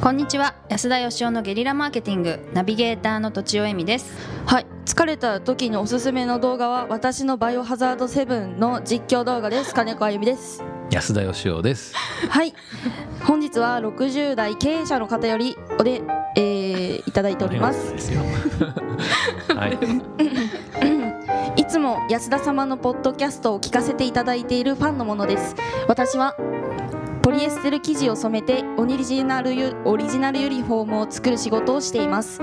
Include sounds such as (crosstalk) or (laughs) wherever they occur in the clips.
こんにちは安田義生のゲリラマーケティングナビゲーターの栃尾恵美ですはい疲れた時におすすめの動画は私のバイオハザード7の実況動画です金子あゆみです安田義雄です。はい本日は60代経営者の方よりおで、えーいただいておりますですよ。はい。いつも安田様のポッドキャストを聞かせていただいているファンのものです私はポリエステル生地を染めてオリジナルユオリジナルユニフォームを作る仕事をしています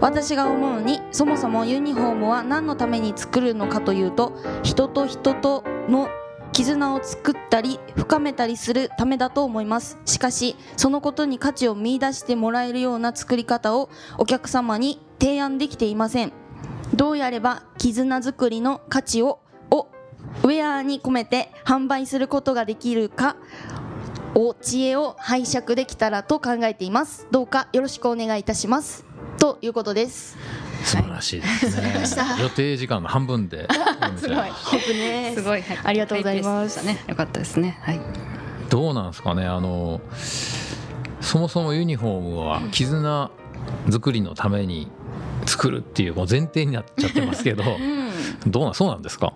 私が思うにそもそもユニフォームは何のために作るのかというと人と人との絆を作ったり深めたりするためだと思いますしかしそのことに価値を見出してもらえるような作り方をお客様に提案できていませんどうやれば絆づくりの価値ををウェアに込めて販売することができるかお知恵を拝借できたらと考えていますどうかよろしくお願いいたしますということです素晴らしいですね。予定時間の半分で。すごい僕ねすごい、はいありがとうございますハイペースでしたねよかったですねはいどうなんですかね。あのそもそもユニフォームは絆作りのために作るっていうもう前提になっちゃってますけど、どうなんそうなんですか。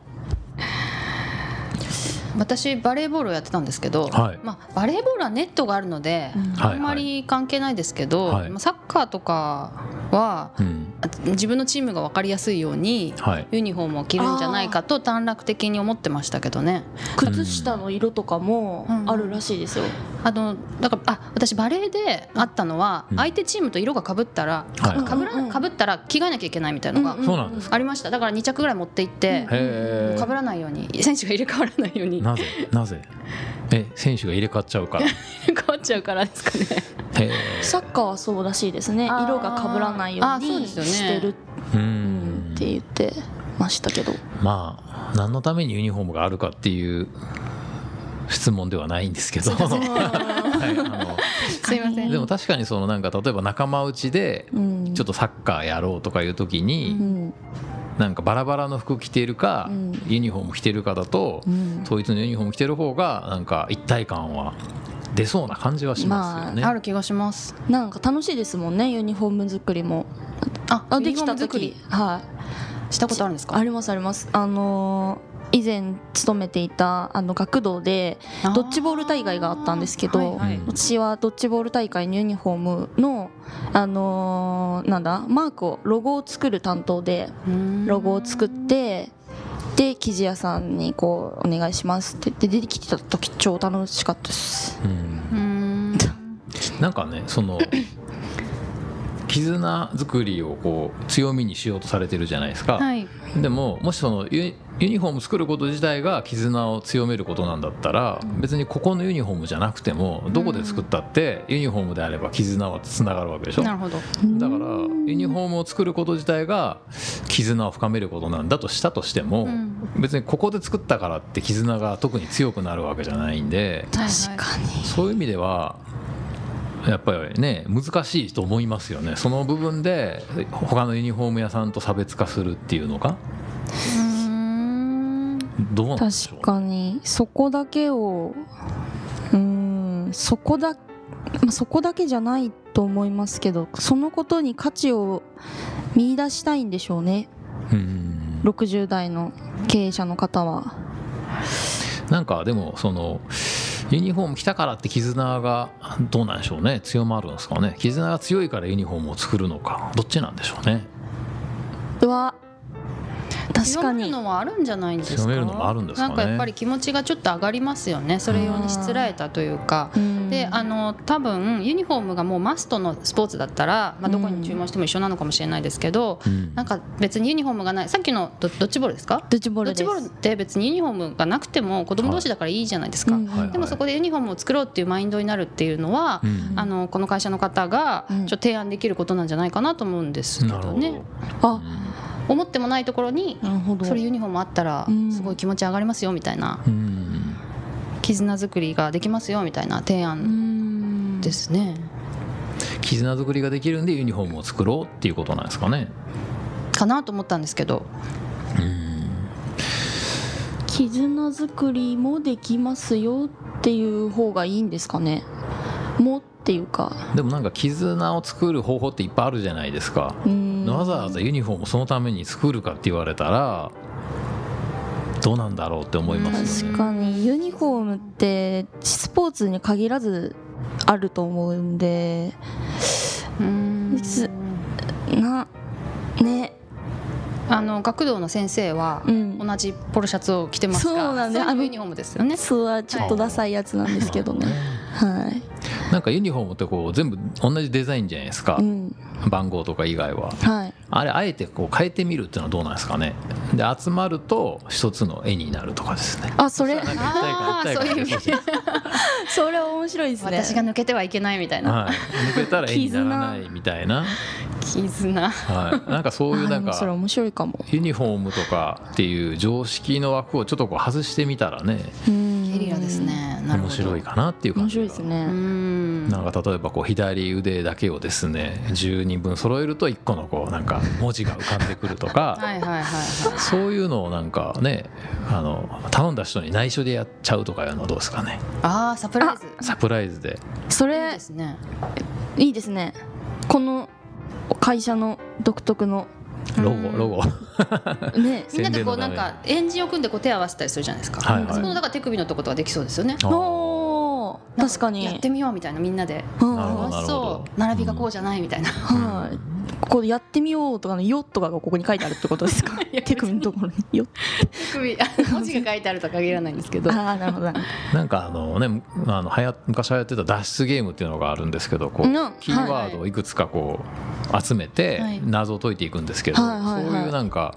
私バレーボールをやってたんですけど、はいまあ、バレーボールはネットがあるので、はいあんまり関係ないですけど、はいまあサッカーとかはうん。あ自分のチームが分かりやすいようにはい。ユニフォームを着るんじゃないかと短絡的に思ってましたけどね靴下の色とかもうんあるらしいですよ、あのだからあ私バレーであったのは、うん相手チームと色がかぶったらはいかぶらうんうんかぶったら着替えなきゃいけないみたいなのがそうなんですありましただから2着ぐらい持って行ってうんへかぶえ。らないように選手が入れ替わらないようになぜなぜ。え選手が入れ替わっちゃうから。へ変わっちゃうからですか (laughs) ねえ。サッカーはそうらしいですねあー色が被らないよあうーそうでにすよねしてるうっんて。言ってましたけどまあ何のためにユニフォームがあるかっていう質問ではないんですけど。 (laughs) はい、あすいませのんでも確かにそのなんか例えば仲間内でうんちょっとサッカーやろうとかいう時うにんなんかバラバラの服着てるかうんユニフォーム着てるかだとうん統一のユニフォーム着てる方がなんか一体感は出そうな感じはしますよね。ある気がしますなんか楽しいですもんねユニフォーム作りもああユでニフきォーたム作り時はいしたことあるんですかありますありますあのー以前勤めていたあの学童でドッジボール大会があったんですけどはいはいうん私はドッジボール大会のユニフォームのあのーなんだマークをロゴを作る担当でうんロゴを作ってで生地屋さんにこうお願いしますって言って出てきてた時超楽しかったですうんうんなんかねその絆作りをこう強みにしようとされてるじゃないですか、はいでももしそのユユニフォーム作ること自体が絆を強めることなんだったら別にここのユニフォームじゃなくてもどこで作ったってユニフォームであれば絆はつながるわけでしょなるほどだからユニフォームを作ること自体が絆を深めることなんだとしたとしてもうん別にここで作ったからって絆が特に強くなるわけじゃないんではいはい確かにそういう意味ではやっぱりね難しいと思いますよねその部分で他のユニフォーム屋さんと差別化するっていうのかうんどうなんでしょう確かにそこだけをうーんそこだ、まあ、そこだけじゃないと思いますけどそのことに価値を見出したいんでしょうねうん60代の経営者の方はなんかでもそのユニフォーム着たからって絆がどうなんでしょうね強まるんですかね絆が強いからユニフォームを作るのかどっちなんでしょうねは確強かめるにのはあるんじゃないんですか強めるのもあるんですかなねんかやっぱり気持ちがちょっと上がりますよねそれ用にしつらえたというかうんであの多分ユニフォームがもうマストのスポーツだったら、まあ、どこに注文しても一緒なのかもしれないですけど、うんなんか別にユニフォームがないさっきのドドッジボールですかドッジボードッルでジすボールって別にユニフォームがなくても子供同士だからいいじゃないですか、うんはいでもそこでユニフォームを作ろうっていうマインドになるっていうのは、うんあのこの会社の方がちうょんっと提案できることなんじゃないかなと思うんですけなるどほど、ね、あ思ってもないところになるほどそれユニフォームあったらうんすごい気持ち上がりますよみたいなうん絆作りができますよみたいな提うー案んですね、絆作りができるんでユニフォームを作ろうっていうことなんですかねかなと思ったんですけどうん絆作りもできますよっていう方がいいんですかねもってっていうかでもなんか絆を作る方法っていっぱいあるじゃないですか、うんわざわざユニフォームをそのために作るかって言われたらどうなんだろうって思いますよ確ね。かにユニフォームってスポーツに限らずあると思うんでうんすなねあの学童の先生はうん同じポロシャツを着てますが、そうなんだそあういのうユニフォームですよね。そうはちょっとダサいやつなんですけどねはい、なんかユニフォームってこう全部同じデザインじゃないですかう、ん番号とか以外ははいあれあえてこう変えてみるっていうのはどうなんですかねで集まると一つの絵になるとかですねあそれなんか一体感一あーそ体感ういう意味そうそうそれは面白いですね私が抜けてはいけないみたいな、はい抜けたら絵にならないみたいな、絆はい、なんかそういうあなでんもそれか面白いかもユニフォームとかっていう常識の枠をちょっとこう外してみたらねうんゲリラですね。なるほど面白い。かなっていう感面じ白がいですうね、ん。なんか例えばこう左腕だけをですね10人分揃えると1個のこうなんか文字が浮かんでくると (laughs) か、はいはいはいはい。そういうのをなんかねあの頼んだ人に内緒でやっちゃうとかいうのはどうですかねああサプライズ。サプライズでそいいれですね。いいですねこの会社の独特のロうゴんロゴ (laughs) ねみんなでこう宣伝のたなめんか円陣を組んでこう手合わせたりするじゃないですか。はいはいそこのだから手首のとことかできそうですよね。おー確かにやってみようみたいなみんなで。うんなるほど楽しそう。並びがこうじゃないみたいな。はい、ここでやってみようとかの「よ」とかがここに書いてあるってことですか (laughs) いや手首のところに「よ手首あの文字が書いてあるとは限らないんですけ」ど。ああなるほどなるなんかあのねあのはや昔流行ってた脱出ゲームっていうのがあるんですけどこううんキーワードをいくつかこう集めてはい謎を解いていくんですけど、はいはいはいそういうなんか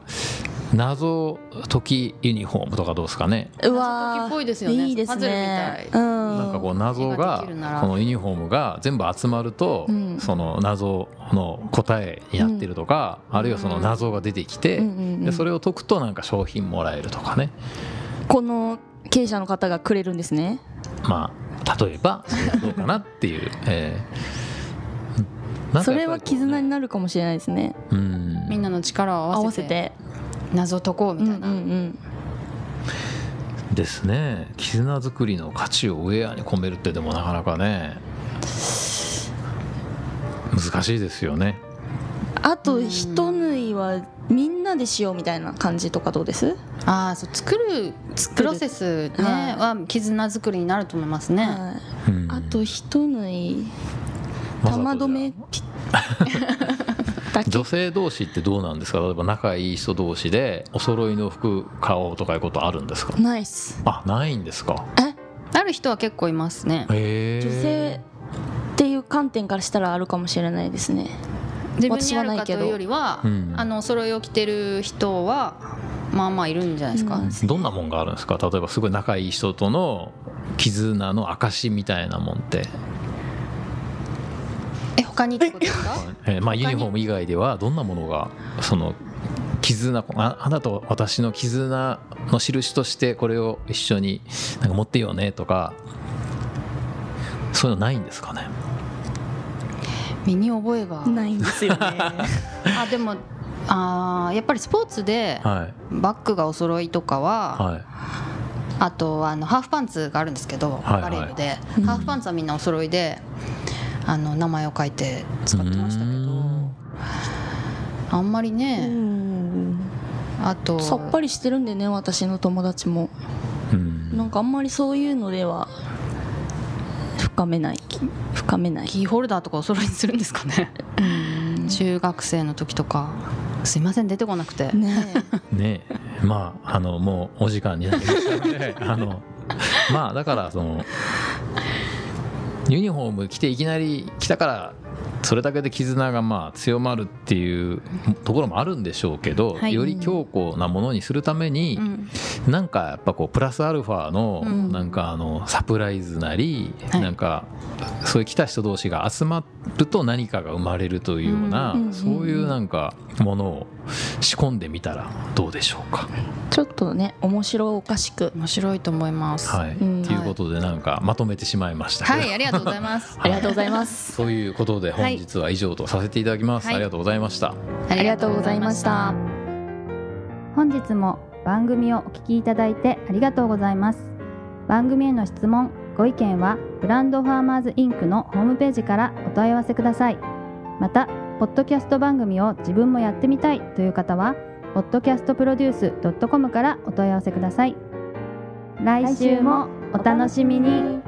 謎解きユニフォームとかどうですかねほどう謎解きわっーぽいですよねいいですパズルみたねいうんなんかこう謎ができるならこのユニフォームが全部集まると、うんその謎の答えになってるとか、あるいはその謎が出てきて、うんうんうんでそれを解くとなんか商品もらえるとかねこの経営者の方がくれるんですねまあ例えばそれはどうかなっていう。 (laughs) えーそれは絆にななるかもしれないですねんかやっぱりこう (laughs) ねみんなの力を合合わわせせてて謎解こうみたいな。うんうんうんうんですね絆作りの価値をウェアに込めるってでもなかなかね難しいですよねあと一縫いはみんなでしようみたいな感じとかどうです、ああそう作る作るプロセスねはは絆作りになると思いますね。はいうんあと一縫いわざとじゃ玉止め (laughs) ピッだけ女性同士ってどうなんですか例えば仲いい人同士でお揃いの服買おうとかいうことあるんですかナイスあないんですかある人は結構いますね。へえ女性っていう観点からしたらあるかもしれないですね自分にある私はないかとけどいうよりは、うんあのお揃いを着てる人はまあまあいるんじゃないですか。うんどんなもんがあるんですか例えばすごい仲いい人との絆の証みたいなもんって、え他にってことですか？えーまあ、ユニフォーム以外ではどんなものがその絆ああなたと私の絆の印としてこれを一緒になんか持ってようねとかそういうのないんですかね身に覚えが。ないんですよねあでもあーやっぱりスポーツではいバッグがお揃いとかは、はいあとあのハーフパンツがあるんですけど、はいはいバレー部で、うんハーフパンツはみんなお揃いであの名前を書いて使ってましたけうーどんあんまりね、あとさっぱりしてるんでね私の友達もうんなんかあんまりそういうのでは深めない深めないキーホルダーとかお揃いにするんですかね中学生の時とかすいません出てこなくて、ねねえまああのもうお時間になりましたのであのまあだからそのユニフォーム着ていきなり着たからそれだけで絆がまあ強まるっていうところもあるんでしょうけど、はいより強固なものにするために、うんなんかやっぱこうプラスアルファのうんなんかあのサプライズなり、はいなんかそういう来た人同士が集まると何かが生まれるというような、うんうんうんうんそういうなんかものを仕込んでみたらどうでしょうか。え (laughs) ちょっとね面白おかしく面白いと思いますははい、と、うんいうことでなんかまとめてしまいましたい、けど、ありがとうございますありがとうございますということで本日は以上とさせていただきます。はいありがとうございました。 (laughs) あありがとうございました本日も番組をお聞きいただいてありがとうございます番組への質問ご意見はブランドファーマーズインクのホームページからお問い合わせくださいまたポッドキャスト番組を自分もやってみたいという方は podcastproduce.com からお問い合わせください来週もお楽しみに